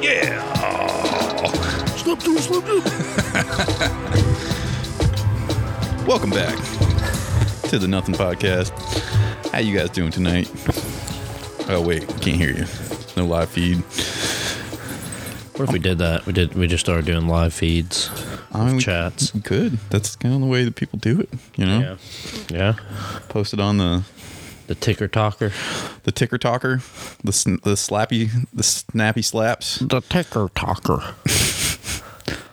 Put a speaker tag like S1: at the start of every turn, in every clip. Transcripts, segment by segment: S1: Yeah. Slip through, slip through.
S2: Welcome back to the Nothing Podcast. How you guys doing tonight? Oh wait, can't hear you. No live feed.
S3: What if we did that? We did. We just started doing live feeds,
S2: I mean,
S3: chats.
S2: Good. That's kind of the way that people do it. You know,
S3: Yeah, yeah.
S2: post it on the
S3: The ticker talker.
S2: the ticker talker, the sn- the slappy, the snappy slaps.
S3: The ticker talker.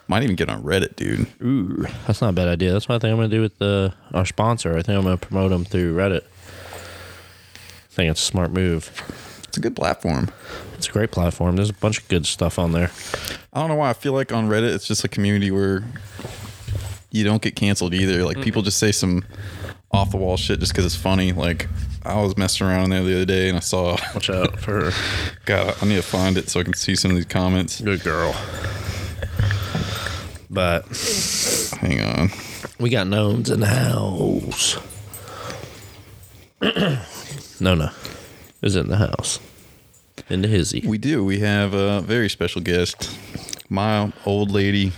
S2: Might even get on Reddit, dude.
S3: Ooh, that's not a bad idea. That's what I think I'm gonna do with the our sponsor. I think I'm gonna promote them through Reddit. I think it's a smart move.
S2: It's a good platform.
S3: It's a great platform. There's a bunch of good stuff on there.
S2: I don't know why I feel like on Reddit it's just a community where you don't get canceled either.
S3: Mm-hmm.
S2: Like people just say some off the wall shit just because it's funny. Like I was messing around in there the other day and I saw.
S3: Watch out for
S2: God, I need to find it so I can see some of these comments.
S3: good girl. But
S2: Hang on.
S3: we got knowns in the house. no, no, is in the house. In the hizzy.
S2: We do. We have a very special guest, my old lady,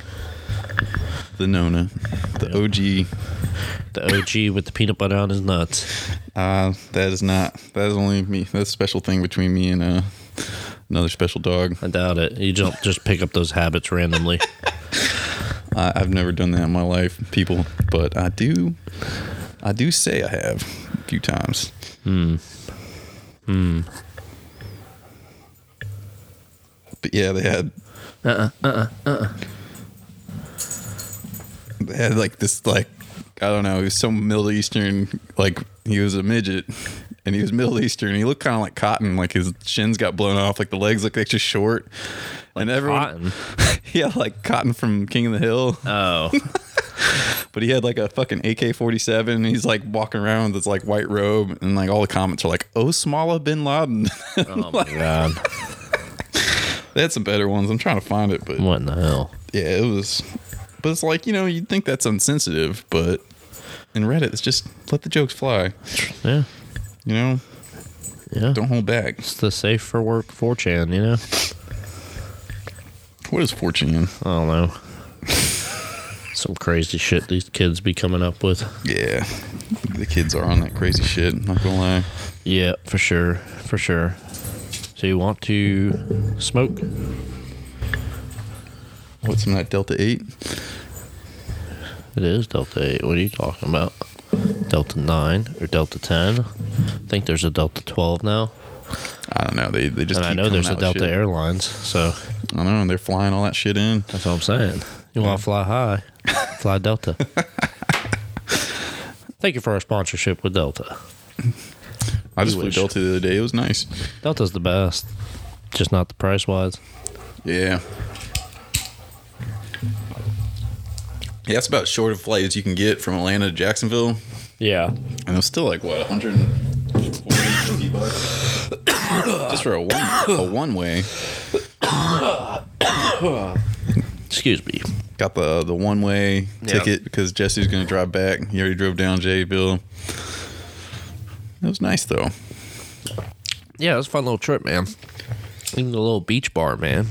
S2: the Nona, the OG.
S3: The OG with the peanut butter on his nuts.
S2: Uh, that is not. That is only me. That's a special thing between me and uh, another special dog.
S3: I doubt it. You don't just pick up those habits randomly.
S2: I, I've never done that in my life, people, but I do. I do say I have a few times. Hmm. Hmm. But yeah, they had. Uh. Uh. Uh. They had like this, like I don't know. He was some Middle Eastern, like he was a midget, and he was Middle Eastern. He looked kind of like Cotton, like his shins got blown off, like the legs looked extra short, and everyone.
S3: Cotton.
S2: Yeah, like Cotton from King of the Hill.
S3: Oh,
S2: But he had like a fucking AK 47 and he's like walking around with this like white robe and like all the comments are like, oh, Smala bin Laden.
S3: oh my god!
S2: they had some better ones. I'm trying to find it, but
S3: What in the hell?
S2: yeah, it was. But it's like, you know, you'd think that's insensitive, but in Reddit, it's just let the jokes fly,
S3: Yeah,
S2: you know?
S3: yeah.
S2: Don't hold back.
S3: It's the safe for work 4chan, you know.
S2: What is fortune in?
S3: I don't know. Some crazy shit these kids be coming up with.
S2: Yeah. The kids are on that crazy shit. I'm not gonna lie.
S3: Yeah, for sure, for sure. So you want to smoke?
S2: What's in that Delta 8?
S3: It is Delta 8. What are you talking about? Delta 9 or Delta 10? I think there's a Delta 12 now.
S2: I don't know. They, they just
S3: And I
S2: keep
S3: know
S2: coming
S3: there's
S2: out
S3: a
S2: with
S3: Delta
S2: shit.
S3: Airlines, so
S2: I don't know. They're flying all that shit in.
S3: that's what I'm saying. You want to fly high, fly Delta. Thank you for our sponsorship with Delta.
S2: I just
S3: You
S2: flew
S3: wish.
S2: Delta the other day. It was nice.
S3: Delta's the best, just not the price wise.
S2: Yeah. Yeah, that's about as short a flight as you can get from Atlanta to Jacksonville.
S3: Yeah.
S2: And it was still like, what, 140 bucks? Just for a one, a one way.
S3: Excuse me.
S2: Got the the one way
S3: Yeah.
S2: ticket because Jesse's going to drive back. He already drove down Jayville. It was nice, though.
S3: Yeah, it was a fun little trip, man. Even the little beach bar, man.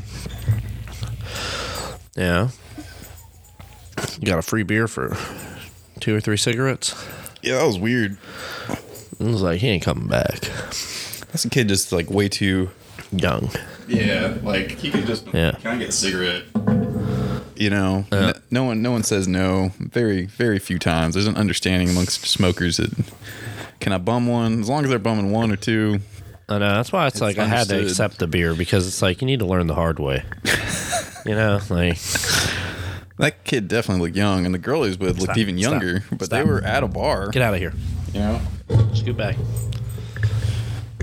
S3: Yeah. You got a free beer for two or three cigarettes.
S2: Yeah, that was weird.
S3: It was like, he ain't coming back.
S2: That's a kid just like way too.
S3: Young.
S2: Yeah, like he could just
S3: Yeah. Uh,
S2: kind of get a cigarette. You know, n- no one no one says no. Very very few times. There's an understanding amongst smokers that can I bum one as long as they're bumming one or two.
S3: I know. That's why it's, like I had to
S2: understood.
S3: accept the beer because it's like you need to learn the hard way. you know, like
S2: That kid definitely looked young, and the girl he was with looked
S3: Stop.
S2: even
S3: Stop.
S2: younger. But they
S3: Stop.
S2: were at a bar.
S3: get out of here.
S2: You know,
S3: Scoot back.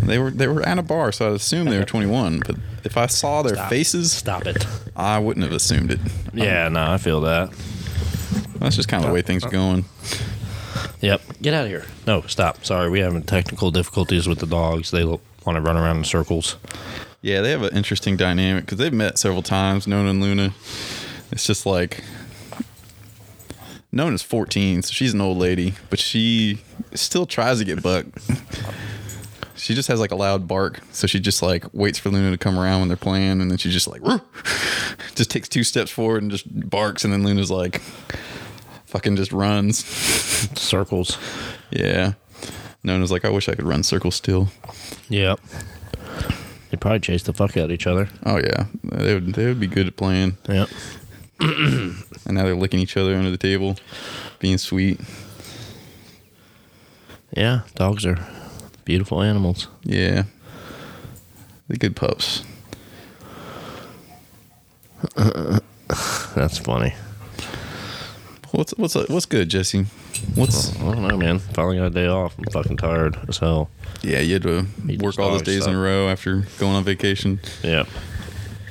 S2: they were they were at a bar, so I assumed they were 21. But if I saw their
S3: Stop.
S2: faces,
S3: Stop it.
S2: I wouldn't have assumed it.
S3: Yeah, no, I feel that.
S2: That's just kind of the way things are going.
S3: Yep. Get out of here. No, stop. Sorry, we having technical difficulties with the dogs. They want to run around in circles.
S2: Yeah, they have an interesting dynamic because they've met several times, Nona and Luna. It's just like Nona's 14, so she's an old lady, but she still tries to get bucked. She just has like a loud bark, so she just like waits for Luna to come around when they're playing, and then she just like "Roo!" just takes two steps forward and just barks, and then Luna's like fucking just runs.
S3: Circles.
S2: Yeah. Nona's like, I wish I could run circles still.
S3: Yep. They probably chase the fuck out of each other.
S2: Oh yeah, they would they would be good at playing.
S3: Yep.
S2: And now they're licking each other under the table, being sweet.
S3: Yeah, dogs are beautiful animals.
S2: Yeah, they're good pups.
S3: That's funny.
S2: What's what's uh, what's good, Jesse? What's
S3: I don't know, man. Finally got a day off. I'm fucking tired as hell.
S2: yeah? You had to
S3: Meat
S2: work all those
S3: dogs
S2: days in a
S3: suck.
S2: row after going on vacation.
S3: Yep.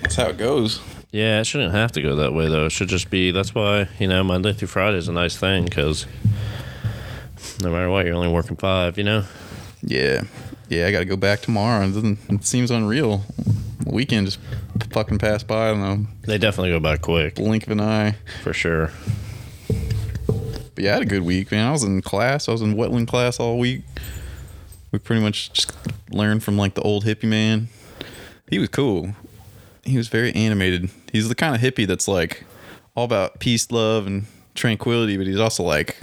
S2: That's how it goes.
S3: Yeah, it shouldn't have to go that way though. It should just be. That's why you know Monday through Friday is a nice thing because no matter what, you're only working five. You know.
S2: Yeah, yeah. I got to go back tomorrow. It doesn't. It seems unreal. The weekend just fucking passed by in a
S3: They definitely go by quick
S2: blink of an eye.
S3: for sure.
S2: But yeah, I had a good week, man. I was in class. I was in wetland class all week. We pretty much just learned from like the old hippie man. He was cool. He was very animated. He's the kind of hippie that's like all about peace, love, and tranquility, but he's also like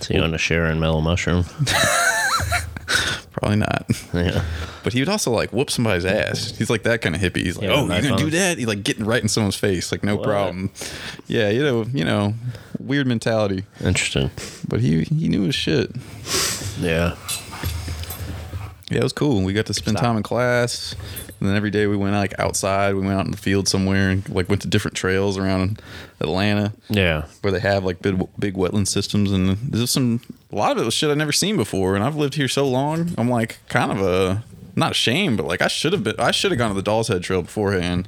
S3: See you on the Sharon Mellow Mushroom.
S2: probably not.
S3: Yeah.
S2: But he would also like whoop somebody's ass. He's like that kind of hippie. He's like,
S3: Yeah,
S2: oh,
S3: knife
S2: you're gonna
S3: on
S2: do
S3: him.
S2: that? He's like getting right in someone's face, like no
S3: What?
S2: problem. Yeah, you know, you know, weird mentality.
S3: Interesting.
S2: But he he knew his shit.
S3: Yeah.
S2: Yeah, it was cool. We got to spend time in class, and then every day we went like outside. We went out in the field somewhere, and like went to different trails around Atlanta
S3: Yeah.
S2: where they have like big, big wetland systems. And there's some a lot of it was shit I've never seen before. And I've lived here so long, I'm like kind of a not ashamed, but like I should have been. I should have gone to the Doll's Head Trail beforehand.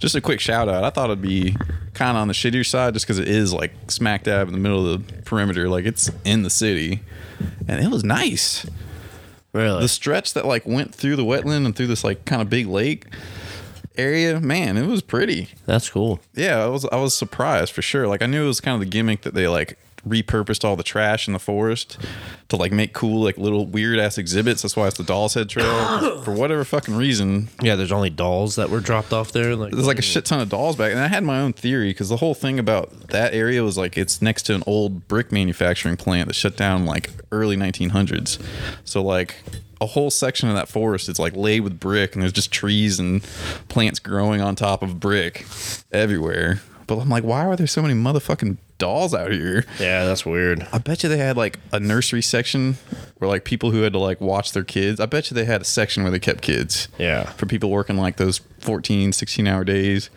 S2: Just a quick shout out. I thought it'd be kind of on the shittier side, just because it is like smack dab in the middle of the perimeter. Like it's in the city, and it was nice
S3: Really.
S2: the stretch that like went through the wetland and through this like kind of big lake area man it was pretty
S3: that's cool.
S2: yeah i was i was surprised for sure like i knew it was kind of the gimmick that they like repurposed all the trash in the forest to like make cool like little weird ass exhibits that's why it's the doll's head trail for whatever fucking reason
S3: Yeah. There's only dolls that were dropped off there. Like
S2: there's like a shit ton of dolls back and i had my own theory because the whole thing about that area was like it's next to an old brick manufacturing plant that shut down like early 1900s so like a whole section of that forest is like laid with brick and there's just trees and plants growing on top of brick everywhere but i'm like why are there so many motherfucking dolls out here
S3: Yeah, that's weird.
S2: I bet you they had like a nursery section where like people who had to like watch their kids. I bet you they had a section where they kept kids.
S3: Yeah.
S2: For people working like those 14, 16 hour days.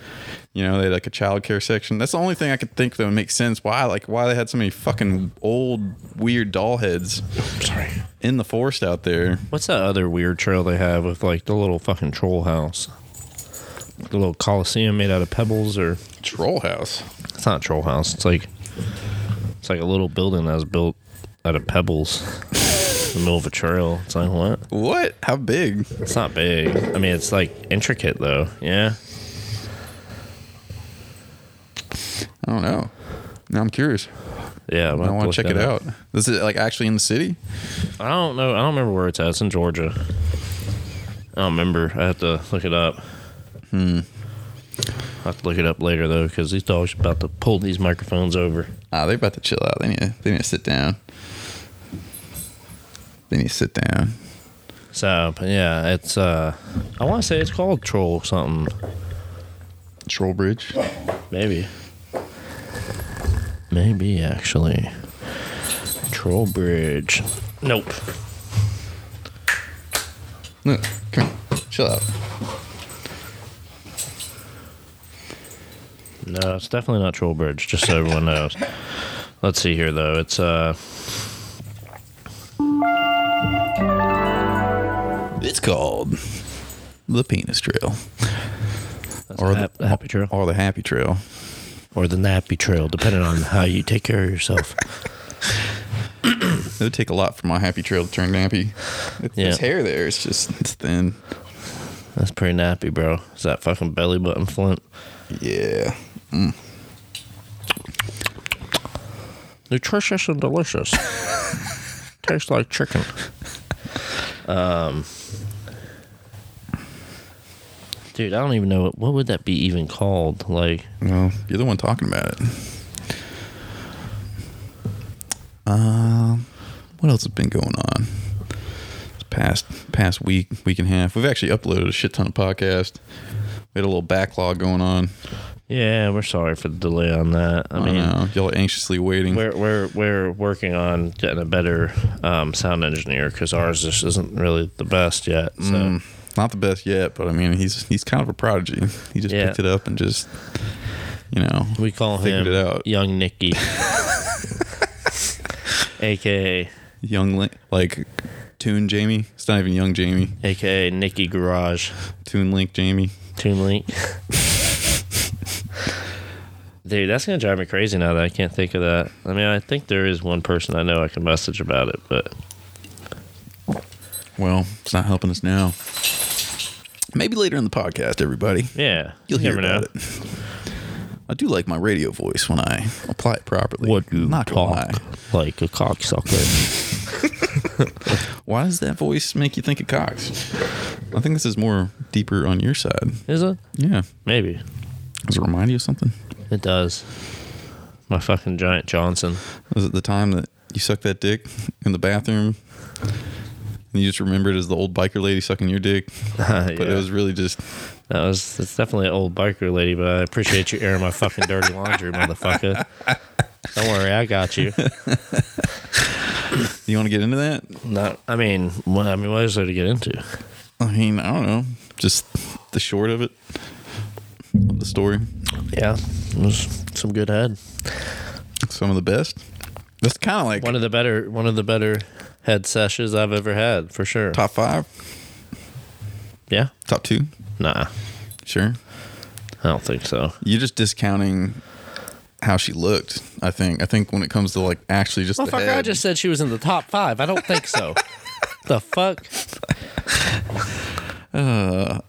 S2: You know, they had like a child care section. That's the only thing I could think that would make sense why like why they had so many fucking old weird doll heads
S3: Sorry.
S2: in the forest out there.
S3: What's that other weird trail they have with like the little fucking troll house? The little coliseum made out of pebbles, or
S2: Troll house.
S3: it's not a troll house. It's like it's like a little building that was built out of pebbles in the middle of a trail. It's like what?
S2: What? How big?
S3: It's not big. I mean, it's like intricate though. Yeah.
S2: I don't know. Now I'm curious.
S3: Yeah, I'm gonna
S2: I
S3: have to
S2: want
S3: look
S2: to check it
S3: that
S2: out. Is it like actually in the city?
S3: I don't know. I don't remember where it's at. It's in Georgia. I don't remember. I have to look it up. Hmm. I have to look it up later though, because these dogs are about to pull these microphones over.
S2: Ah, they're about to chill out. They need to, they need to sit down. They need to sit down.
S3: So but yeah, it's uh, I want to say it's called Troll something.
S2: Troll Bridge.
S3: Maybe. Maybe actually. Troll Bridge. Nope.
S2: Look, come here. Chill out.
S3: No, it's definitely not Troll Bridge. Just so everyone knows. Let's see here though. It's uh,
S2: It's called the Penis Trail
S3: that's
S2: Or
S3: the
S2: the-
S3: Hap- the Happy Trail.
S2: or the Happy Trail.
S3: or the nappy trail, depending on how you take care of yourself.
S2: It would take a lot for my Happy Trail to turn nappy. It's
S3: Yeah.
S2: His hair there, it's just it's thin.
S3: That's pretty nappy, bro. Is that fucking belly button flint?
S2: Yeah.
S3: Nutritious and delicious. Tastes like chicken. Um, Dude, I don't even know what, what would that be even called. Like,
S2: Well, you're the one talking about it. Um, what else has been going on? This past past week, week and a half, we've actually uploaded a shit ton of podcasts. We had a little backlog going on.
S3: yeah, we're sorry for the delay on that. I
S2: I
S3: mean,
S2: know. Y'all are anxiously waiting.
S3: we're we're we're working on getting a better um, sound engineer because ours just isn't really the best yet. So
S2: Mm, not the best yet, but I mean, he's he's kind of a prodigy. He just
S3: Yeah.
S2: picked it up and just, you know,
S3: we call
S2: Figured
S3: him
S2: it out.
S3: Young Nicky, aka
S2: young Link, like Toon Jamie. It's not even young Jamie.
S3: aka Nicky Garage
S2: Toon Link Jamie.
S3: Toon Link. Dude, that's gonna drive me crazy now that I can't think of that. I mean, I think there is one person I know I can message about it, but
S2: Well, it's not helping us now. Maybe later in the podcast, everybody.
S3: yeah,
S2: You'll
S3: you
S2: hear
S3: never
S2: about
S3: know.
S2: it. I do like my radio voice when I apply it properly.
S3: Would you
S2: not gonna
S3: talk like a cocksucker?
S2: lie. Why does that voice make you think of Cox? I think this is more deeper on your side.
S3: is it?
S2: Yeah.
S3: Maybe
S2: Does it remind you of something?
S3: it does. My fucking giant Johnson.
S2: Was it the time that you sucked that dick in the bathroom? And you just remember it as the old biker lady sucking your dick,
S3: but
S2: but it was really just
S3: that was it's definitely an old biker lady, but I appreciate you airing my fucking dirty laundry, motherfucker. Don't worry, I got you.
S2: you want to get into that?
S3: Not, I mean, what, I mean, what is there to get into?
S2: I mean, I don't know. Just the short of it. Of the story.
S3: Yeah, it was some good head.
S2: Some of the best. That's kind of like
S3: One of the better, one of the better head sessions I've ever had for sure.
S2: top five,
S3: Yeah,
S2: top two.
S3: nah,
S2: Sure.
S3: I don't think so.
S2: You're just discounting how she looked, I think. I think when it comes to like actually just the
S3: Motherfucker, I
S2: head,
S3: just said she was in the top five. I don't think so. the fuck?
S2: I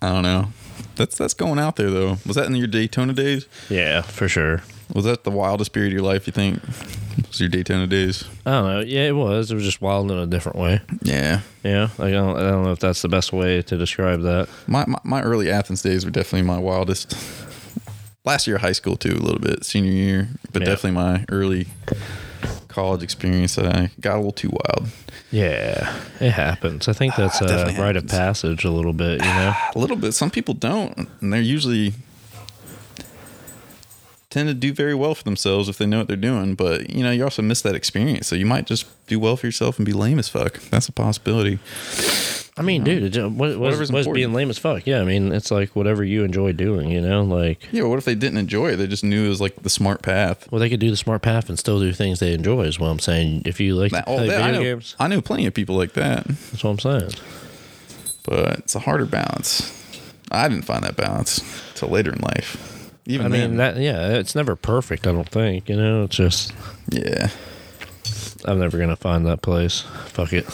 S2: don't know. That's that's going out there though. Was that in your Daytona days?
S3: Yeah, for sure.
S2: Was that the wildest period of your life? You think was your Daytona days?
S3: I don't know. Yeah, it was. It was just wild in a different way.
S2: Yeah,
S3: Yeah, I don't, I don't know if that's the best way to describe that.
S2: my, my my early Athens days were definitely my wildest. Last year of high school too, a little bit senior year, but
S3: Yeah.
S2: definitely my early college experience that I got a little too wild.
S3: Yeah, it happens. I think that's
S2: Ah, It
S3: a
S2: definitely
S3: rite of
S2: happens.
S3: passage a little bit, you know?
S2: A little bit. Some people don't, and they're usually tend to do very well for themselves if they know what they're doing. But you know, you also miss that experience, so you might just do well for yourself and be lame as fuck. That's a possibility.
S3: I mean, dude, it, ju- what, what's,
S2: Whatever's
S3: what's
S2: important.
S3: being lame as fuck? Yeah, I mean, it's like whatever you enjoy doing, you know? Like,
S2: Yeah, but what if they didn't enjoy it? They just knew it was like the smart path.
S3: well, they could do the smart path and still do things they enjoy, is what I'm saying. If you like
S2: That-
S3: to
S2: oh,
S3: play
S2: that- I
S3: video
S2: know,
S3: games,
S2: I know plenty of people like that,
S3: that's what I'm saying.
S2: but it's a harder balance. I didn't find that balance till later in life. Even
S3: I mean,
S2: then,
S3: that, yeah, it's never perfect, I don't think, you know? It's just,
S2: yeah.
S3: I'm never going to find that place. Fuck it.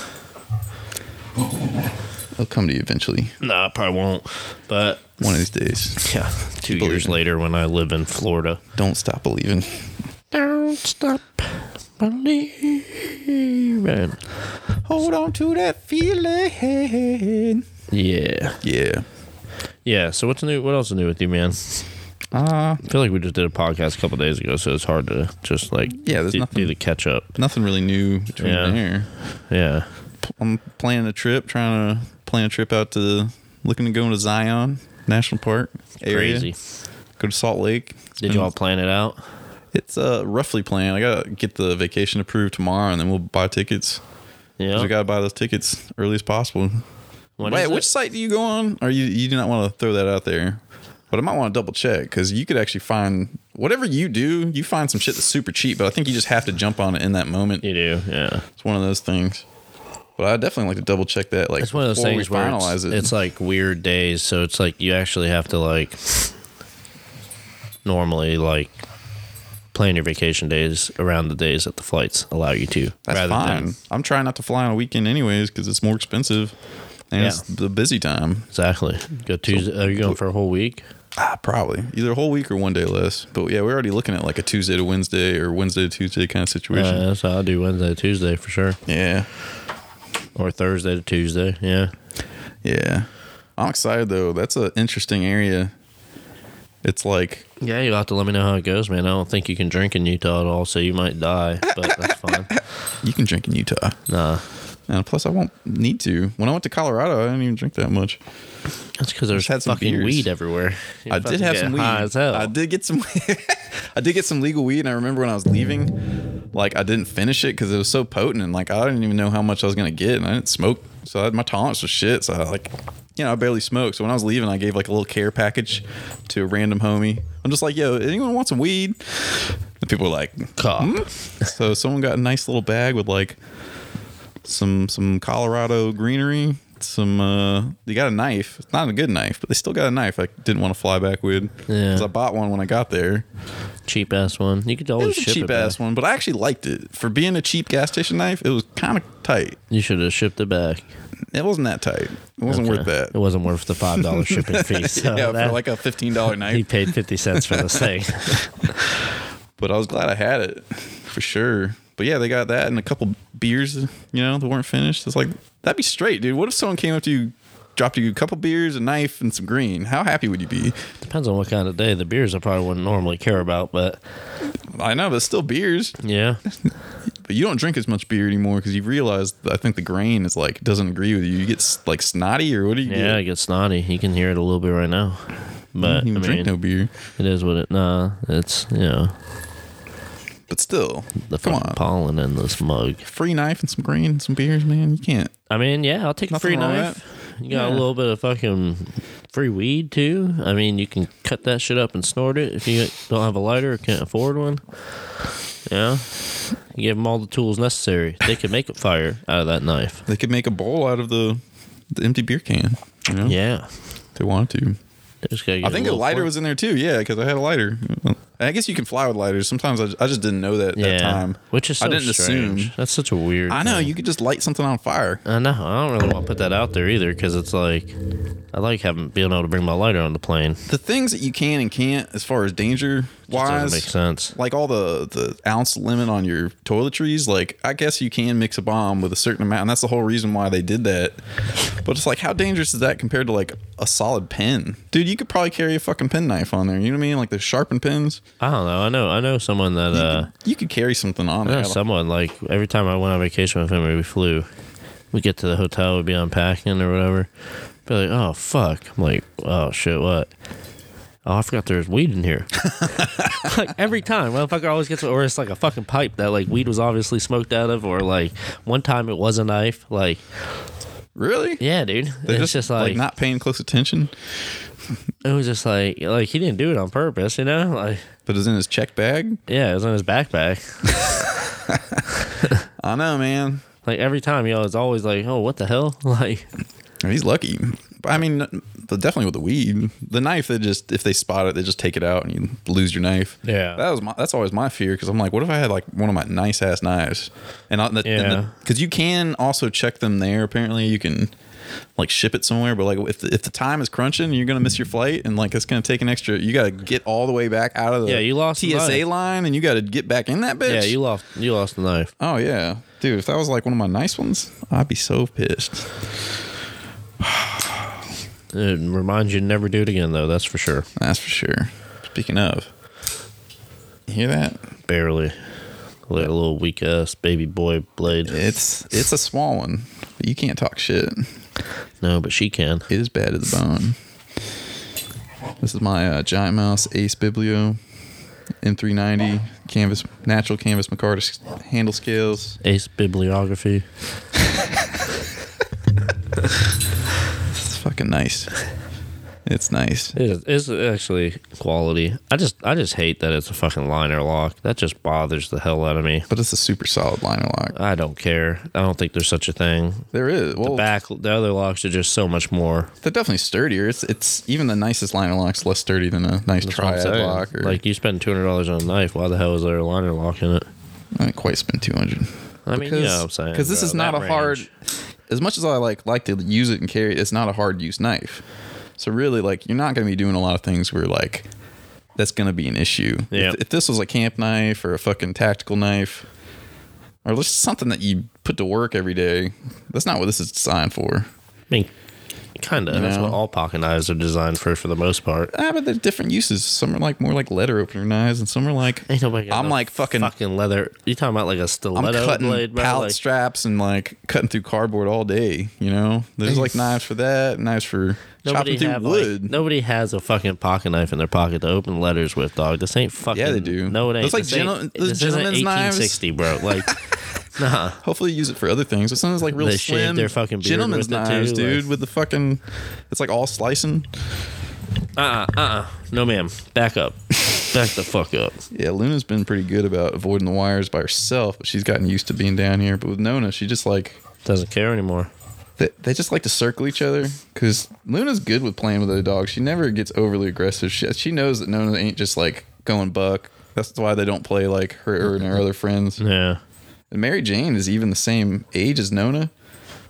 S2: It'll come to you eventually,
S3: No, I probably won't. But,
S2: one of these days.
S3: yeah, two
S2: Believe
S3: years
S2: me.
S3: later when I live in Florida.
S2: Don't stop believing.
S3: Don't stop believing.
S2: Hold on to that feeling.
S3: Yeah.
S2: Yeah.
S3: Yeah. So what's new? What else is new with you, man?
S2: Uh,
S3: I feel like we just did a podcast a couple days ago, so it's hard to just like
S2: Yeah, there's
S3: do,
S2: nothing-
S3: do the catch up.
S2: nothing really new between
S3: Yeah.
S2: there.
S3: Yeah.
S2: P- I'm planning a trip, trying to plan a trip out to looking to go into Zion National Park area.
S3: Crazy.
S2: Go to Salt Lake.
S3: Did
S2: Spend-
S3: you all plan it out?
S2: It's uh, roughly planned. I gotta get the vacation approved tomorrow, and then we'll buy tickets. 'Cause
S3: Yeah.
S2: We gotta buy those tickets early as possible.
S3: When
S2: Wait,
S3: is
S2: which
S3: it?
S2: site do you go on? Or you you do not want to throw that out there, but I might want to double check because you could actually find whatever you do. You find some shit that's super cheap, but I think you just have to jump on it in that moment.
S3: you do? Yeah.
S2: It's one of those things. But I definitely like to double check that. Like
S3: It's one of those
S2: before we
S3: things where it's,
S2: finalize it.
S3: it's like weird days, so it's like you actually have to like normally like plan your vacation days around the days that the flights allow you to.
S2: that's fine. I'm trying not to fly on a weekend anyways because it's more expensive and
S3: Yeah.
S2: it's the busy time.
S3: Exactly. Go Tuesday. Are you going for a whole week?
S2: Ah, probably either a whole week or one day less. But yeah, we're already looking at like a Tuesday to Wednesday or Wednesday to Tuesday kind of situation.
S3: Uh, that's what I'll do Wednesday, Tuesday for sure.
S2: yeah,
S3: or Thursday to Tuesday. Yeah.
S2: Yeah. I'm excited though. That's an interesting area. It's like
S3: Yeah, you'll have to let me know how it goes, man. I don't think you can drink in Utah at all, so you might die, but that's fine.
S2: you can drink in Utah.
S3: Nah.
S2: And plus I won't need to. When I went to Colorado, I didn't even drink that much.
S3: That's because there's
S2: had some
S3: fucking
S2: beers.
S3: weed everywhere. You
S2: I
S3: fucking
S2: did have
S3: get
S2: some weed.
S3: High as hell.
S2: I did get some. I did get some legal weed, and I remember when I was leaving, like I didn't finish it because it was so potent, and like I didn't even know how much I was gonna get, and I didn't smoke, so I, my tolerance was shit. So I like, you know, I barely smoked. So when I was leaving, I gave like a little care package to a random homie. I'm just like, yo, anyone want some weed? And people were like,
S3: Cock.
S2: "Hmm?" so someone got a nice little bag with like some some Colorado greenery. Some uh, they got a knife. It's not a good knife, but they still got a knife. I didn't want to fly back with.
S3: Yeah.
S2: 'Cause I bought one when I got there.
S3: Cheap ass one. You could
S2: It
S3: always
S2: was a
S3: ship
S2: cheap
S3: it back.
S2: ass one, but I actually liked it for being a cheap gas station knife. It was kind of tight.
S3: You should have shipped it back.
S2: It wasn't that tight. It wasn't
S3: Okay.
S2: worth
S3: It
S2: that.
S3: wasn't worth the five dollar shipping fee. So
S2: yeah,
S3: that-
S2: for like a fifteen dollar
S3: he
S2: knife.
S3: paid fifty cents for this thing.
S2: But I was glad I had it for sure. But yeah, they got that and a couple beers. You know, that weren't finished. It's like that'd be straight, dude. What if someone came up to you, dropped you a couple beers, a knife, and some green? How happy would you be?
S3: Depends on what kind of day. The beers I probably wouldn't normally care about, but
S2: I know, but it's still beers.
S3: yeah,
S2: But you don't drink as much beer anymore because you've realized I think the grain is like doesn't agree with you. You get s- like snotty or what do you
S3: yeah, it
S2: get?
S3: gets snotty. You can hear it a little bit right now, but
S2: You don't
S3: I mean,
S2: drink no beer,
S3: it is what it. Nah, it's you know
S2: but still,
S3: the
S2: come
S3: fucking
S2: on,
S3: pollen in this mug.
S2: free knife and some grain and some beers, man. You can't.
S3: I mean, yeah, I'll take a
S2: Nothing
S3: free
S2: wrong with
S3: knife. You got a
S2: Yeah.
S3: little bit of fucking free weed too. I mean, you can cut that shit up and snort it if you don't have a lighter or can't afford one. Yeah, you give them all the tools necessary. They can make a fire out of that knife.
S2: They could make a bowl out of the the empty beer can. You know,
S3: Yeah,
S2: if they wanted to.
S3: They just gotta get
S2: I think a
S3: little
S2: lighter
S3: fork.
S2: was in there too. Yeah, because I had a lighter. And I guess you can fly with lighters. Sometimes I, I just didn't know that at that time.
S3: Which is so
S2: I didn't
S3: strange.
S2: assume.
S3: That's such a weird.
S2: I know
S3: thing.
S2: you could just light something on fire.
S3: I know. I don't really want to put that out there either because it's like I like having being able to bring my lighter on the plane.
S2: The things that you can and can't, as far as danger
S3: It doesn't
S2: wise,
S3: make sense.
S2: like all the the ounce limit on your toiletries like i guess you can mix a bomb with a certain amount and that's the whole reason why they did that but it's like how dangerous is that compared to like a solid pen dude you could probably carry a fucking penknife on there you know what i mean like the sharpened pins
S3: I don't know. I know. I know someone that. uh
S2: you could carry something on
S3: I
S2: there
S3: know someone like every time I went on vacation with him, we flew. We get to the hotel, we'd be unpacking or whatever. Be like, oh fuck! I'm like, oh shit, what? Oh, I forgot there's weed in here. like every time, motherfucker always gets, or it's like a fucking pipe that like weed was obviously smoked out of, or like one time it was a knife. Like,
S2: really
S3: yeah, dude,
S2: They're
S3: it's just, like,
S2: not paying close attention
S3: it was just like like he didn't do it on purpose, you know? Like,
S2: but it's in his check bag
S3: yeah, it was in his backpack.
S2: i know man
S3: Like every time, you know, it's always like, oh, what the hell? Like,
S2: And he's lucky but i mean but definitely with the weed the knife they just if they spot it they just take it out and you lose your knife
S3: Yeah.
S2: that was my that's always my fear because i'm like what if i had like one of my nice ass knives and I,
S3: Yeah.
S2: because you can also check them there apparently you can like ship it somewhere but like if the, if the time is crunching you're gonna miss your flight and like it's gonna take an extra you gotta get all the way back out of the
S3: Yeah, you lost the
S2: tsa
S3: knife.
S2: line and you gotta get back in that bitch
S3: yeah, you lost, you lost the knife.
S2: Oh yeah, dude. If that was like one of my nice ones, I'd be so pissed.
S3: It reminds you to never do it again, though. That's for sure.
S2: That's for sure. Speaking of, you hear that?
S3: Barely, like a little weak ass baby boy blade.
S2: It's it's a small one, but you can't talk shit.
S3: no, but she can.
S2: It is bad to the bone. This is my uh, giant mouse Ace Biblio M390 canvas natural canvas micarta s- handle scales.
S3: Ace bibliography.
S2: It's fucking nice. It's nice.
S3: It is, it's actually quality. I just, I just hate that it's a fucking liner lock. That just bothers the hell out of me.
S2: But it's a super solid liner lock.
S3: I don't care. I don't think there's such a thing.
S2: There is. Well,
S3: Back, the other locks are just so much more.
S2: They're definitely sturdier. It's it's even the nicest liner lock's less sturdy than a nice
S3: That's what I'm
S2: triad
S3: saying.
S2: lock. Or,
S3: Like you spend two hundred dollars on a knife. Why the hell is there a liner lock in it?
S2: I didn't quite spend two hundred.
S3: I mean, you know what I'm saying,
S2: because this
S3: bro,
S2: is not a
S3: that
S2: hard.
S3: range.
S2: As much as I like like to use it and carry it, it's not a hard use knife. So really, like you're not going to be doing a lot of things where like that's going to be an issue.
S3: Yeah.
S2: If, if this was a camp knife or a fucking tactical knife, or just something that you put to work every day. That's not what this is designed for.
S3: I mean, kind of. That's
S2: know?
S3: what all pocket knives are designed for, for the most part.
S2: Ah, but they're different uses. Some are like more like letter opener knives, and some are like
S3: Ain't nobody got
S2: I'm
S3: no
S2: like fucking.
S3: fucking leather. You talking about like a
S2: I'm
S3: stiletto
S2: cutting
S3: blade, bro?
S2: pallet
S3: Like,
S2: straps and like cutting through cardboard all day. You know, there's like knives for that, knives for
S3: nobody
S2: chopping through
S3: have, like-
S2: wood.
S3: nobody has a fucking pocket knife in their pocket to open letters with, dog. This ain't fucking.
S2: Yeah, they do.
S3: No, it ain't.
S2: Those, like,
S3: this ain't-
S2: gentle- those
S3: this isn't
S2: gentlemen's knives.
S3: 1860, bro. Like,
S2: Hopefully, you use it for other things. But sometimes like real
S3: They shave
S2: slim,
S3: their fucking beard
S2: gentleman's
S3: with it, too,
S2: knives,
S3: like-
S2: dude, with the fucking. It's like all slicing.
S3: no, ma'am. Back up. Back the fuck up.
S2: Yeah, Luna's been pretty good about avoiding the wires by herself, but she's gotten used to being down here. But with Nona, she just like
S3: Doesn't care anymore.
S2: they, they just like to circle each other because Luna's good with playing with other dogs. She never gets overly aggressive. She, she knows that Nona ain't just like going buck. That's why they don't play like her and her other friends.
S3: Yeah.
S2: And Mary Jane is even the same age as Nona,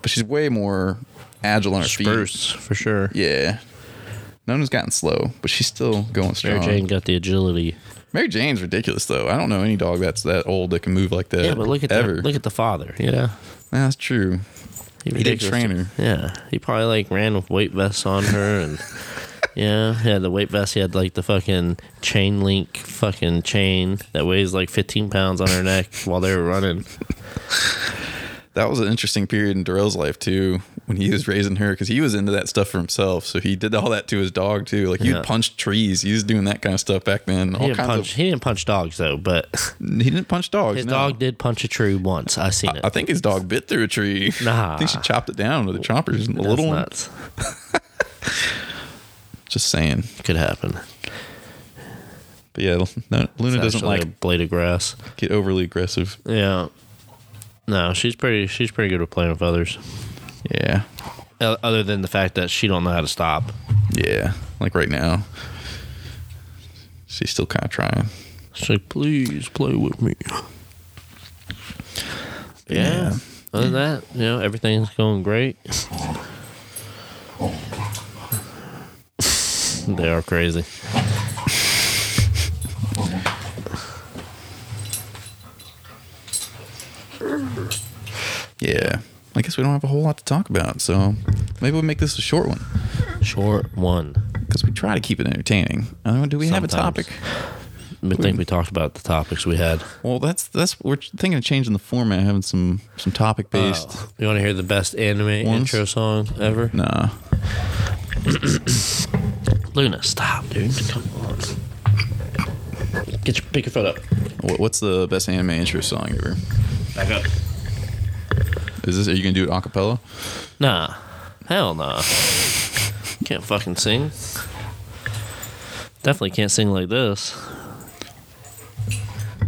S2: but she's way more agile on her feet.
S3: Spruce, for sure.
S2: Yeah. Nona's gotten slow, but she's still going strong.
S3: Mary Jane got the agility.
S2: Mary Jane's ridiculous though. I don't know any dog that's that old that can move like that.
S3: Yeah, but look at
S2: Uh, ever.
S3: the, look at the father. Yeah,
S2: That's true. He did train her.
S3: Yeah, he probably like ran with weight vests on her and. Yeah, he had the weight vest. He had like the fucking chain link fucking chain that weighs like 15 pounds on her neck while they were running.
S2: That was an interesting period in Darrell's life too, when he was raising her, because he was into that stuff for himself. So he did all that to his dog too. Like
S3: Yeah.
S2: you'd punch trees. He was doing that kind of stuff back then.
S3: He
S2: All
S3: didn't,
S2: kinds
S3: punch, he didn't punch dogs though, but
S2: of. He didn't punch dogs.
S3: his
S2: no.
S3: dog did punch a tree once. I seen it.
S2: I think his dog bit through a tree.
S3: Nah.
S2: I think she chopped it down with the choppers. The
S3: That's
S2: little one.
S3: nuts.
S2: Just saying.
S3: Could happen.
S2: But yeah, no, Luna
S3: It's
S2: doesn't
S3: actually
S2: like
S3: a blade of grass.
S2: get overly aggressive.
S3: Yeah. No, she's pretty. She's pretty good at playing with others.
S2: Yeah.
S3: O- Other than the fact that she don't know how to stop.
S2: Yeah. Like right now. She's still kind of trying.
S3: She's like, please play with me. Yeah. Other than that, you know, everything's going great. they are crazy.
S2: Yeah. I guess we don't have a whole lot to talk about, so maybe we'll make this a short one
S3: Short one.
S2: because we try to keep it entertaining. Uh, do we have a topic?
S3: Sometimes. I think we talked about the topics we had.
S2: Well, that's that's we're thinking of changing the format, having some some topic based.
S3: Oh, you want to hear the best anime
S2: Once?
S3: intro song ever?
S2: Nah,
S3: Luna, stop, dude. Come on. Get your pick your foot up.
S2: what, what's the best anime intro song ever?
S3: Back up.
S2: Is this? Are you gonna do it acapella?
S3: Nah. Hell nah. Can't fucking sing. Definitely can't sing like this.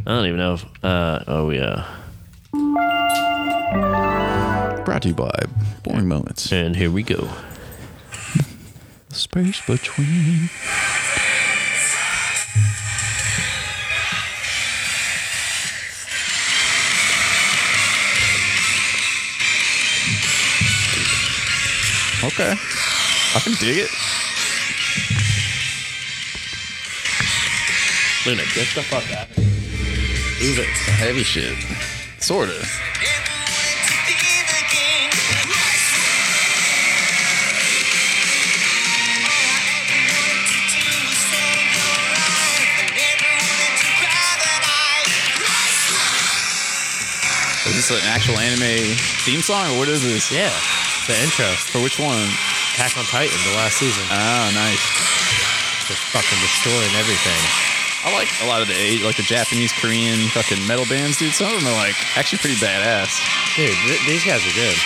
S3: I don't even know if uh oh yeah.
S2: Brought to you by Boring Moments.
S3: And here we go.
S2: Space between. Okay. I can dig it.
S3: Luna, get the fuck out. Move it.
S2: Heavy shit. Sorta. Is this an actual anime theme song or what is this?
S3: Yeah. The intro.
S2: For which one?
S3: Attack on Titan, the last season.
S2: Ah, nice.
S3: Just fucking destroying everything.
S2: I like a lot of the A- like the Japanese, Korean fucking metal bands, dude. Some of them are like actually pretty badass.
S3: Dude, th- these guys are good.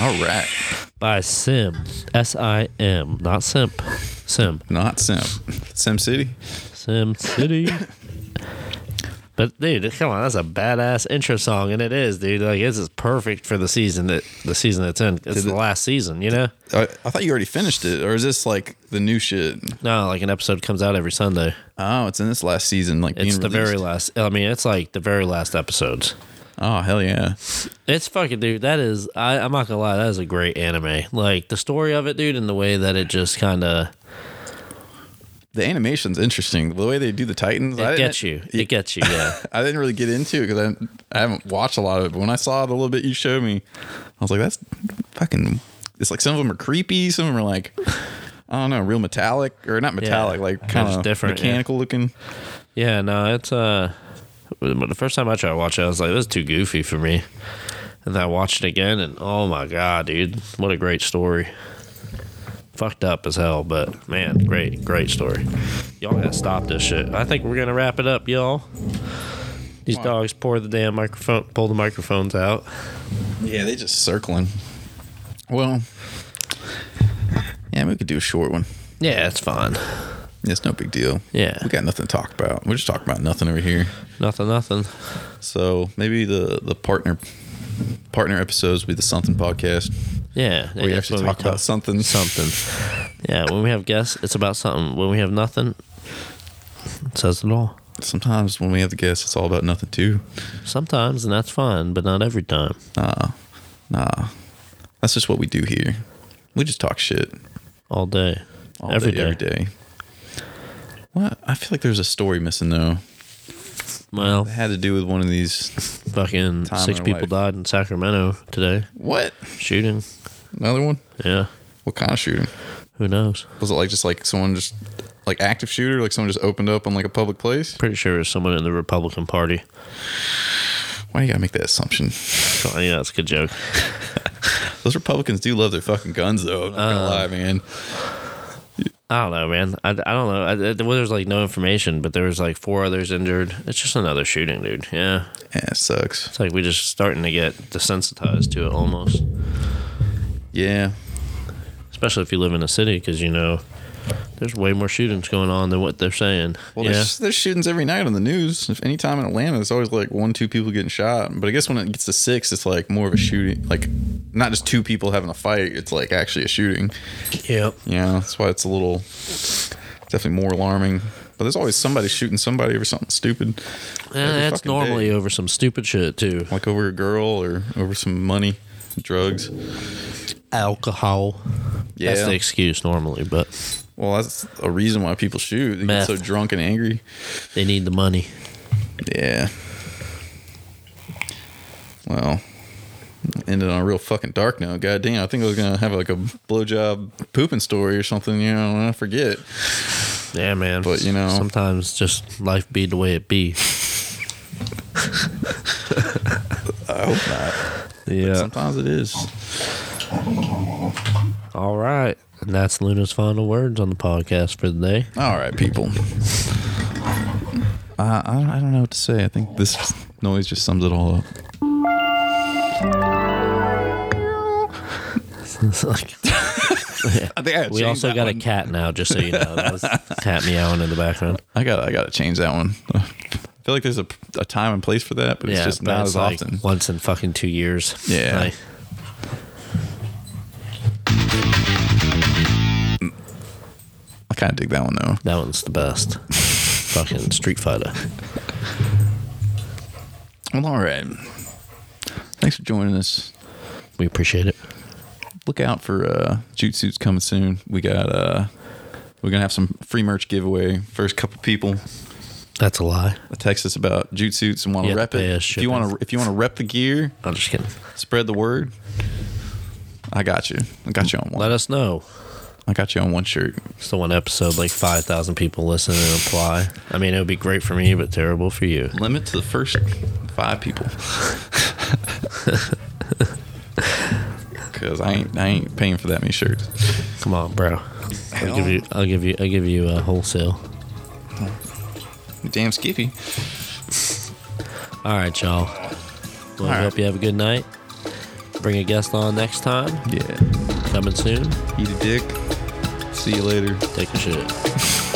S2: All right.
S3: By Sim. S I M. Not simp. Sim.
S2: Not Sim. Sim City.
S3: Sim City. But dude, come on, that's a badass intro song, and it is, dude. Like this is perfect for the season that the season it's in. It's the last season, you know.
S2: I, I thought you already finished it, or is this like the new shit?
S3: No, like an episode comes out every Sunday.
S2: Oh, it's in this last season. Like being
S3: It's the very
S2: released.
S3: last. I mean, it's like the very last episodes.
S2: Oh hell yeah!
S3: It's fucking dude. That is, I, I'm not gonna lie. That is a great anime. Like the story of it, dude, and the way that it just kind of
S2: The animation's interesting. The way they do the Titans, I
S3: it
S2: didn't-
S3: gets you. It gets you. Yeah.
S2: I didn't really get into it because I, I haven't watched a lot of it. But when I saw it a little bit, you showed me, I was like, that's fucking. It's like some of them are creepy. Some of them are like, I don't know, real metallic or not metallic, like
S3: It's
S2: kind of
S3: different,
S2: different, mechanical looking.
S3: Yeah, no, it's uh but the first time I tried to watch it, I was like, this is too goofy for me. And then I watched it again and oh my god, dude, what a great story. Fucked up as hell, but man, great, great story. Y'all gotta stop this shit. I think we're gonna wrap it up, y'all. These
S2: Why?
S3: dogs pour the damn microphone pull the microphones out.
S2: Yeah, they just circling. Well, yeah, we could do a short one.
S3: Yeah, it's fine.
S2: It's no big deal.
S3: Yeah.
S2: we got nothing to talk about. We're just talking about nothing over here.
S3: Nothing, nothing.
S2: So maybe the the partner partner episodes will be the something podcast.
S3: Yeah.
S2: We
S3: that's
S2: actually
S3: when
S2: talk about something.
S3: something. Yeah, when we have guests, it's about something. When we have nothing, it says it all.
S2: Sometimes when we have the guests, it's all about nothing too.
S3: Sometimes, and that's fine, but not every time.
S2: Nah, nah. That's just what we do here. We just talk shit
S3: All day.
S2: all
S3: every
S2: day,
S3: day.
S2: every day. What? I feel like there's a story missing though.
S3: Well,
S2: It had to do with one of these.
S3: fucking
S2: Time in
S3: six
S2: our
S3: people
S2: life.
S3: died in Sacramento today.
S2: What?
S3: Shooting.
S2: Another one?
S3: Yeah.
S2: What kind of shooting?
S3: Who knows?
S2: Was it like just like someone just like active shooter? Like someone just opened up on like a public place?
S3: Pretty sure it's someone in the Republican Party.
S2: Why you gotta make that assumption?
S3: So, yeah, that's a good joke.
S2: Those Republicans do love their fucking guns though. I'm not gonna lie, man.
S3: I don't know, man. I, I don't know. I, I- well, there's like no information, but there was like four others injured. It's just another shooting, dude. Yeah.
S2: Yeah, it sucks.
S3: It's like we just starting to get desensitized to it almost.
S2: Yeah.
S3: Especially if you live in a city, because, you know, there's way more shootings going on than what they're saying.
S2: Well,
S3: yeah.
S2: there's, there's shootings every night on the news. If any time in Atlanta, there's always like one, two people getting shot. But I guess when it gets to six, it's like more of a shooting. Like not just two people having a fight. It's like actually a shooting.
S3: Yep.
S2: Yeah, that's why it's a little definitely more alarming. But there's always somebody shooting somebody over something stupid.
S3: Eh,
S2: every
S3: that's
S2: fucking
S3: normally
S2: day.
S3: over some stupid shit too.
S2: like over a girl or over some money, drugs.
S3: Alcohol.
S2: Yeah.
S3: That's the excuse normally, but
S2: well, that's a reason why people shoot. They
S3: Meth.
S2: get so drunk and angry.
S3: they need the money.
S2: Yeah. Well, ended on a real fucking dark note. God damn, I think I was gonna have like a blowjob pooping story or something. You know, I forget.
S3: Yeah, man.
S2: But, you know-
S3: sometimes just life be the way it be.
S2: I hope not.
S3: Yeah.
S2: Sometimes it is.
S3: All right. And that's Luna's final words on the podcast for the day.
S2: All right, people. I I, I don't know what to say. I think this noise just sums it all up.
S3: It's like-
S2: I think I gotta
S3: we
S2: change
S3: also
S2: that
S3: got a
S2: one.
S3: cat now, just so you know. That was cat meowing in the background.
S2: I got. I got to change that one. I feel like there's a, a time and place for that, but it's just
S3: but
S2: not
S3: it's
S2: as
S3: like
S2: often.
S3: Once in fucking two years.
S2: Yeah.
S3: Like,
S2: I kind of dig that one though.
S3: that one's the best. fucking Street Fighter.
S2: Well, all right. Thanks for joining us.
S3: We appreciate it.
S2: Look out for uh, Jute Suits coming soon. We got uh, we're gonna have some free merch giveaway. First couple people
S3: That's a lie.
S2: that text us about Jute Suits and want
S3: You
S2: to
S3: have to
S2: rep
S3: pay
S2: it.
S3: us
S2: If you want to,
S3: shipping.
S2: if you want to rep the gear,
S3: I'm just kidding.
S2: spread the word. I got you. I got you on
S3: Let
S2: one.
S3: us know.
S2: I got you on one shirt.
S3: It's the one episode, like 5,000 people listen and apply. I mean, it would be great for me, but terrible for you.
S2: Limit to the first five people. Cause I ain't I ain't paying for that many shirts.
S3: Come on, bro. I'll give you, I'll give you, I'll give you a wholesale.
S2: Damn Skippy.
S3: All right, y'all. Well, I
S2: right.
S3: hope you have a good night. Bring a guest on next time.
S2: Yeah.
S3: Coming soon.
S2: Eat a dick. See you later.
S3: Take a shit.